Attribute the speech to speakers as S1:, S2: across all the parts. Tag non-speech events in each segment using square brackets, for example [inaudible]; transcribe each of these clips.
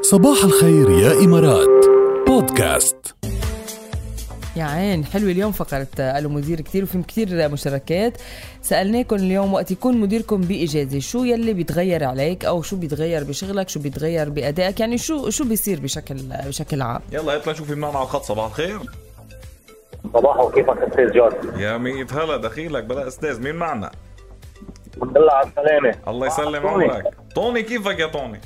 S1: صباح الخير يا إمارات بودكاست
S2: يا عين حلوة اليوم فقرة ألو مدير كتير وفي كتير مشاركات سألناكم اليوم وقت يكون مديركم بإجازة شو يلي بيتغير عليك أو شو بيتغير بشغلك شو بيتغير بأدائك يعني شو شو بيصير بشكل بشكل عام
S3: يلا يطلع نشوف مين معنا على الخط صباح الخير
S4: صباحو كيفك استاذ جورج؟
S3: يا مية هلا دخيلك بلا استاذ مين معنا
S4: الحمد لله على السلامة
S3: الله
S2: آه،
S3: يسلم
S4: طوني.
S3: عمرك طوني كيفك يا طوني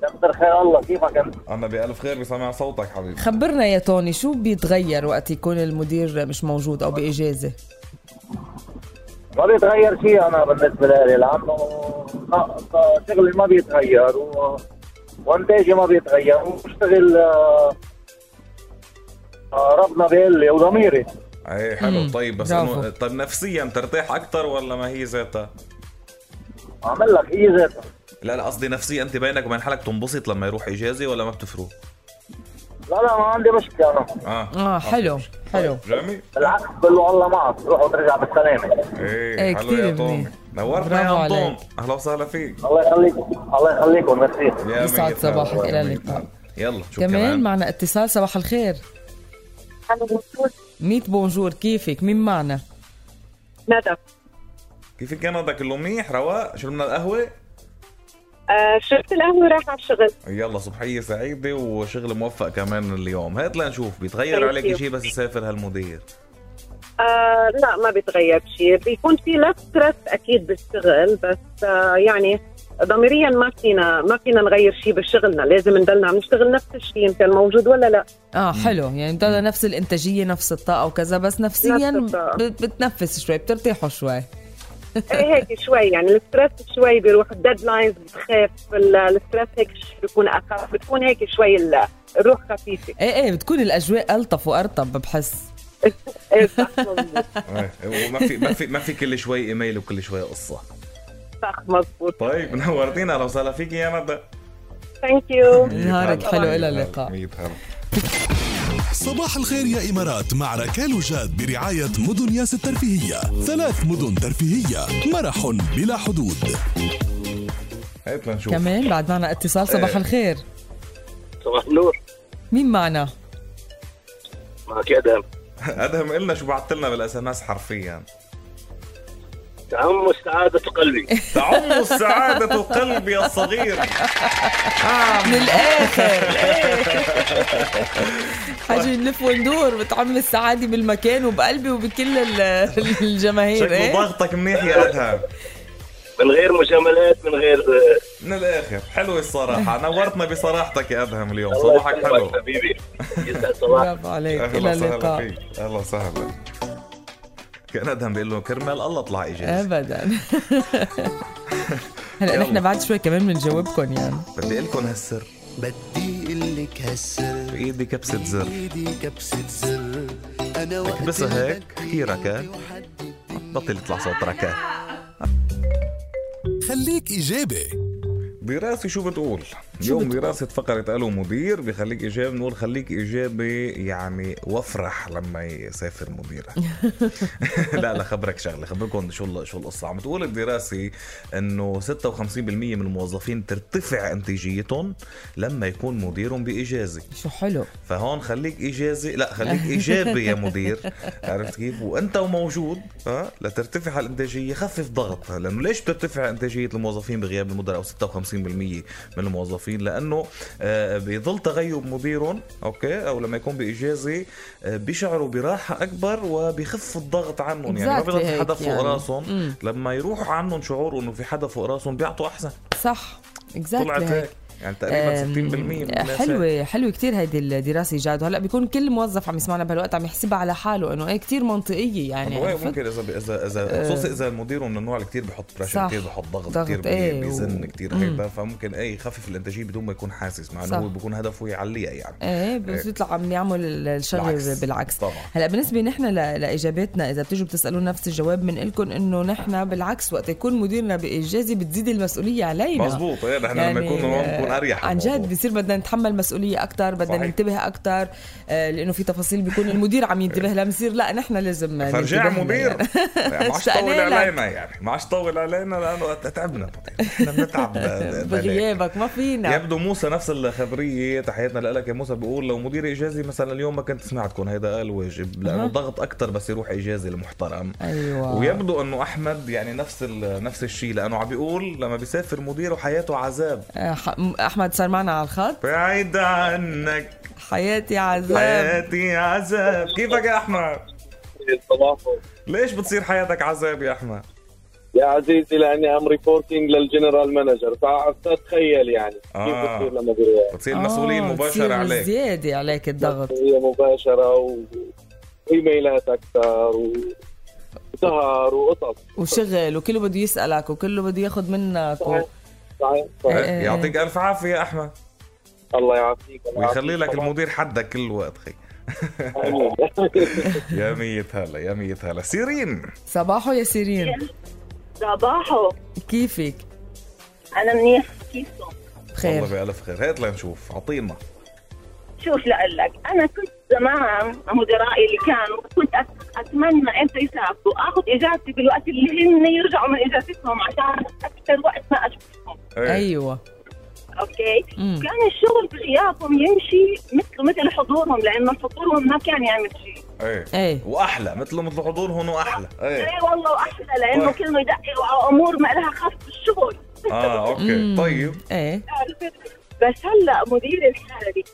S4: كتر خير الله كيفك انت؟
S3: انا بألف خير بسمع صوتك حبيبي
S2: خبرنا يا توني شو بيتغير وقت يكون المدير مش موجود أو بإجازة
S4: ما بيتغير شيء انا بالنسبة لي لانه خ- خ- شغلي ما بيتغير و... وانتاجي ما بيتغير وبشتغل آه، آه، ربنا بالي وضميري
S3: اي حلو
S2: مم،
S3: طيب بس
S2: برافو.
S3: انه طيب نفسيا ترتاح اكثر ولا ما هي ذاتها؟
S4: اعمل لك ايه ذاتها
S3: لا لا قصدي نفسيا انت بينك وبين حالك تنبسط لما يروح اجازه ولا ما بتفرق؟
S4: لا لا ما عندي مشكلة انا
S3: اه
S2: آه حلو حلو
S3: جميل
S4: بالعكس بقول له الله معك روح وترجع بالسلامة
S3: ايه
S2: إيه،
S3: حلو
S2: كتير
S3: يا طوني
S2: منيح.
S3: نورتنا
S2: برافو
S3: يا انطون
S2: عليك.
S3: اهلا وسهلا فيك
S4: الله يخليكم الله يخليكم ميرسي
S3: يا
S2: يسعد
S3: مية هلا.
S2: صباحك، إلى
S3: يا مية
S2: اللقاء.
S3: هلا. يلا شو
S2: كمان
S3: كمان
S2: معنا اتصال صباح الخير ميت بونجور كيفك مين معنا
S5: ندى
S3: كيف كندا كله منيح رواق شربنا القهوه
S5: آه شربت القهوه رايحه على الشغل
S3: يلا صبحية سعيدة وشغل موفق كمان اليوم هات لنشوف بيتغير
S5: Thank
S3: عليك
S5: you.
S3: شيء بس يسافر هالمدير
S5: آه لا ما بيتغير شيء بيكون في لا ستريس اكيد بالشغل بس آه يعني ضميريا ما فينا ما فينا نغير شيء بشغلنا لازم نضلنا عم نشتغل نفس الشيء ان كان موجود ولا لا
S2: اه حلو يعني بتضل نفس الانتاجيه نفس الطاقه وكذا بس نفسيا
S5: نفس الطاقة.
S2: بت- بتنفس شوي بترتاحوا شوي
S5: ايه هيك شوي يعني الستريس شوي بيروح الديدلاينز بتخاف ال- الستريس هيك شوي بيكون اخف بتكون هيك شوي ال- الروح خفيفه
S2: ايه ايه بتكون الاجواء الطف وارطب بحس
S5: ايه صح مزبوط
S3: [laughs] إيه، وما في ما في ما في كل شوي ايميل وكل شوي قصة
S5: صح مزبوط
S3: [laughs] طيب نورتينا اهلا وسهلا فيك يا ندى
S5: ثانك يو
S2: نهارك حلو، إلى اللقاء.
S3: ميت هلا.
S1: صباح الخير يا إمارات مع ركال وجاد برعاية مدن ياس الترفيهية ثلاث مدن ترفيهية مرح بلا حدود
S3: هات لنشوف
S2: كمان بعد معنا اتصال صباح
S3: إيه.
S2: الخير
S4: صباح النور
S2: مين معنا
S4: معك ادهم
S3: ادهم قلنا شو بعت لنا بالاس ام اس حرفيا
S4: تعم سعادة قلبي
S3: تعم السعادة القلب يا الصغير
S2: [laughs]
S3: آه.
S2: من
S3: [laughs]
S2: الاخر
S3: إيه.
S2: [laughs] حاجة نلف وندور بتعم السعادة بالمكان وبقلبي وبكل ال- [laughs] الجماهير
S3: شكله
S2: ايه
S3: ضغطك منيح يا ادهم
S4: من غير مجاملات من غير آه،
S3: من الاخر حلوة الصراحة نورتنا بصراحتك يا ادهم اليوم صباحك حلو
S4: حبيبي يسعد
S2: برافو عليك الى
S3: اهلا وسهلا
S2: اللقاء
S3: فيك اهلا وسهلا كان ادهم بيقول له كرمال الله طلع اجازه
S2: ابدا [laughs] هلا
S3: يلا.
S2: نحن بعد شوي كمان بنجاوبكم يعني
S3: بدي اقول لكم هالسر
S6: بدي اقلك هالسر
S3: بايدي كبسه زر
S6: ايدي كبسة زر انا وقت
S3: اكبسها هيك
S6: ما
S3: احكي ركا بطل يطلع صوت ركا
S1: خليك إيجابي
S3: دراسة شو بتقول؟ اليوم دراسة فقرة ألو مدير بخليك إيجابي نقول خليك إيجابي يعني وافرح لما يسافر [laughs] مديرك لا لا خبرك شغلة خبركم شو ال- شو القصة عم تقول الدراسة إنه 56% من الموظفين ترتفع إنتاجيتهم لما يكون مديرهم بإجازة
S2: شو حلو
S3: فهون خليك ايجازي لا خليك ايجابي يا مدير عرفت كيف وانت وموجود ها لترتفع الانتاجيه خفف ضغط لانه ليش بترتفع انتاجيه الموظفين بغياب المدراء او 56% من الموظفين لانه آه، بيظل تغيب مديرهم اوكي او لما يكون باجازه آه، بيشعروا براحه اكبر وبيخف الضغط عنهم يعني ما
S2: Exactly
S3: بيضل في حدا
S2: هيك
S3: فوق
S2: يعني.
S3: راسهم
S2: مم.
S3: لما يروح عنهم شعور انه في حدا فوق راسهم بيعطوا احسن
S2: صح
S3: طلعت
S2: اكزاكتلي
S3: هيك يعني تقريبا 60% من الناس هيك.
S2: حلوة حلوة كتير هيدي الدراسة جاد وهلا بيكون كل موظف عم يسمعنا بهالوقت عم يحسبها على حاله انه ايه كتير منطقية يعني
S3: هو
S2: عرفت؟
S3: ممكن اذا اذا اذا خصوصا اذا المدير من النوع اللي كثير بحط بريشر
S2: صح.
S3: كثير بحط ضغط,
S2: ضغط،
S3: كثير
S2: إيه،
S3: بيزن
S2: و-
S3: كثير
S2: مم.
S3: هيدا فممكن اي يخفف الانتاجيه بدون ما يكون حاسس مع انه
S2: صح.
S3: هو بيكون هدفه يعليها يعني
S2: ايه بس
S3: إيه.
S2: بيطلع عم يعمل الشغل
S3: بالعكس.
S2: بالعكس
S3: طبعا
S2: هلا بالنسبة نحن ل- لإجاباتنا إذا بتيجوا بتسألوا نفس الجواب من إلكم إنه نحن بالعكس وقت يكون مديرنا بإجازة بتزيد المسؤولية علينا
S3: مزبوط ايه نحن
S2: يعني،
S3: لما يكون هون
S2: آه،
S3: بكون بيكون اريح
S2: عن
S3: الموضوع.
S2: جد بصير بدنا نتحمل مسؤوليه اكثر بدنا
S3: صحيح.
S2: ننتبه اكثر آه، لانه في تفاصيل بيكون المدير عم ينتبه لها بنصير لا نحن لازم
S3: فرجع
S2: ننتبه لها
S3: مدير
S2: [laughs] يعني.
S3: [laughs] يعني ما عادش طول
S2: اشتقنا لك.
S3: علينا يعني ما عادش طول علينا لانه تعبنا مدير احنا
S2: [laughs]
S3: بنتعب ب- بلاك.
S2: بغيابك ما فينا
S3: يبدو موسى نفس الخبريه تحياتنا لك يا موسى بيقول لو مدير اجازي مثلا اليوم ما كنت سمعتكم هيدا قال واجب لانه
S2: أها.
S3: ضغط اكثر بس يروح اجازي المحترم
S2: ايوه
S3: ويبدو انه احمد يعني نفس ال- نفس الشيء لانه عم بيقول لما بيسافر مديره حياته عذاب
S2: آه، ح- احمد صار معنا على الخط
S3: بعيد عنك
S2: حياتي عذاب
S3: حياتي عذاب كيفك يا احمد
S7: صباحكم
S3: ليش بتصير حياتك عذاب يا احمد
S7: يا عزيزي لاني ام ريبورتينج للجنرال مانجر فتخيل يعني كيف
S3: آه.
S7: بتصير لما يعني بيروح
S3: بتصير المسؤوليه
S2: آه،
S3: المباشره
S2: بتصير
S3: عليك
S2: زياده عليك الضغط
S7: هي مباشره و- وايميلات اكثر و... وسهر وقصص
S2: وشغل وكله بده يسالك وكله بده ياخذ منك و...
S7: صحيح. صحيح صحيح
S2: إيه.
S3: يعطيك الف عافيه يا احمد
S7: الله يعافيك الله
S3: ويخلي
S7: يعافيك.
S3: لك المدير حدك كل الوقت خي
S7: آمين.
S3: يا مية هلا يا مية هلا سيرين
S2: صباحو يا سيرين
S8: صباحو
S2: كيفك
S8: انا منيح كيفكم
S2: بخير
S3: والله بألف خير هات لنشوف اعطينا
S8: شوف لقلك انا كنت زمان مدرائي اللي كانوا كنت أت- اتمنى امتى يسافروا اخذ اجازتي بالوقت اللي هن يرجعوا من اجازتهم عشان اكثر وقت ما اشوفهم
S3: إيه.
S2: ايوه
S8: اوكي
S2: مم.
S8: كان الشغل بغيابهم يمشي مثل مثل حضورهم لانه حضورهم ما كان يعمل شيء
S3: ايه
S2: ايه
S3: واحلى مثل مثل حضور هون واحلى
S2: [laughs]
S3: ايه
S8: اي إيه والله واحلى لانه
S3: طيب.
S8: كانوا يدققوا على امور ما لها خاص بالشغل
S3: اه اوكي
S2: مم.
S3: طيب
S2: ايه
S8: عرفت؟ بس هلا مدير الحربي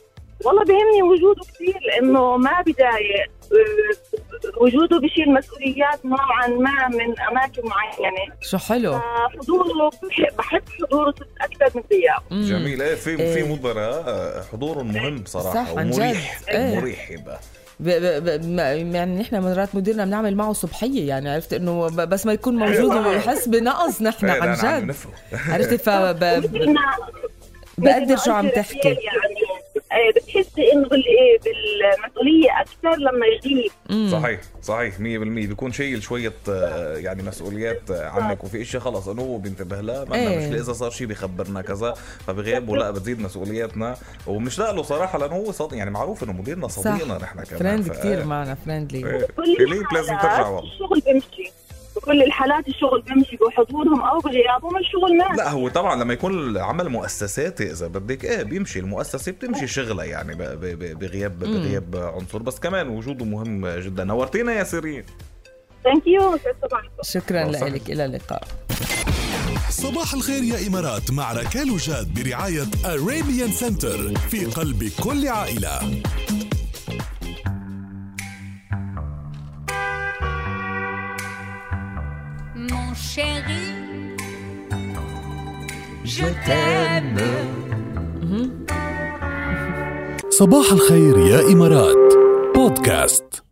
S8: والله بهمني وجوده كثير لانه ما بضايق أه، وجوده بشيل مسؤوليات نوعا ما من اماكن معينه
S2: شو حلو
S8: فحضوره بحب, بحب حضوره اكثر من غيابه
S2: مم.
S3: جميل ايه في
S2: إيه.
S3: في مدراء آه، حضورهم مهم بصراحه
S2: صح، عن جد.
S3: ومريح
S2: إيه.
S3: مريح يبقى
S2: ب... ب... ب... ما- يعني نحن مرات مديرنا بنعمل معه صبحيه يعني عرفت انه ب... بس ما يكون موجود
S3: أيوة.
S2: ويحس بنقص نحن
S3: فعلاً
S2: عن
S3: عم
S2: جد
S3: نفرق.
S2: عرفت فب...
S8: مثلنا
S2: آه، بقدر شو عم تحكي
S8: يعني آه، بتحسي انه بال- إيه، بالمسؤوليه اكثر لما يجيب
S2: مم.
S3: صحيح صحيح 100% بيكون شايل شويه آه، يعني مسؤوليات آه، عنك وفي اشياء خلص انه هو بينتبه لها ما عندنا
S2: إيه.
S3: مشكله اذا صار شيء بيخبرنا كذا فبغيابه لا بتزيد مسؤولياتنا ومش له صراحه لانه هو صد... يعني معروف انه مديرنا صديقنا نحن كمان
S2: فريند
S3: ف-
S2: كثير
S3: آه،
S2: معنا فريندلي
S3: إيه.
S8: كل
S3: إليك لازم ترجع
S8: الحالات
S3: والله
S8: الشغل بيمشي بكل الحالات الشغل بيمشي بحضورهم او بغيابهم الشغل ماشي
S3: لا هو طبعا لما يكون العمل مؤسساتي اذا بدك ايه بيمشي المؤسسه بتمشي شغلها يعني ب- ب- ب- بغياب بغياب عنصر بس كمان وجوده مهم جدا نورتينا يا سيرين
S8: ثانك يو صباحكم
S2: شكرا
S3: الله يسعدك.
S2: لك الى اللقاء
S1: صباح الخير يا إمارات مع ركال جاد برعاية Arabian Center في قلب كل عائلة
S9: Mon chéri, je t'aime.
S1: صباح الخير يا إمارات بودكاست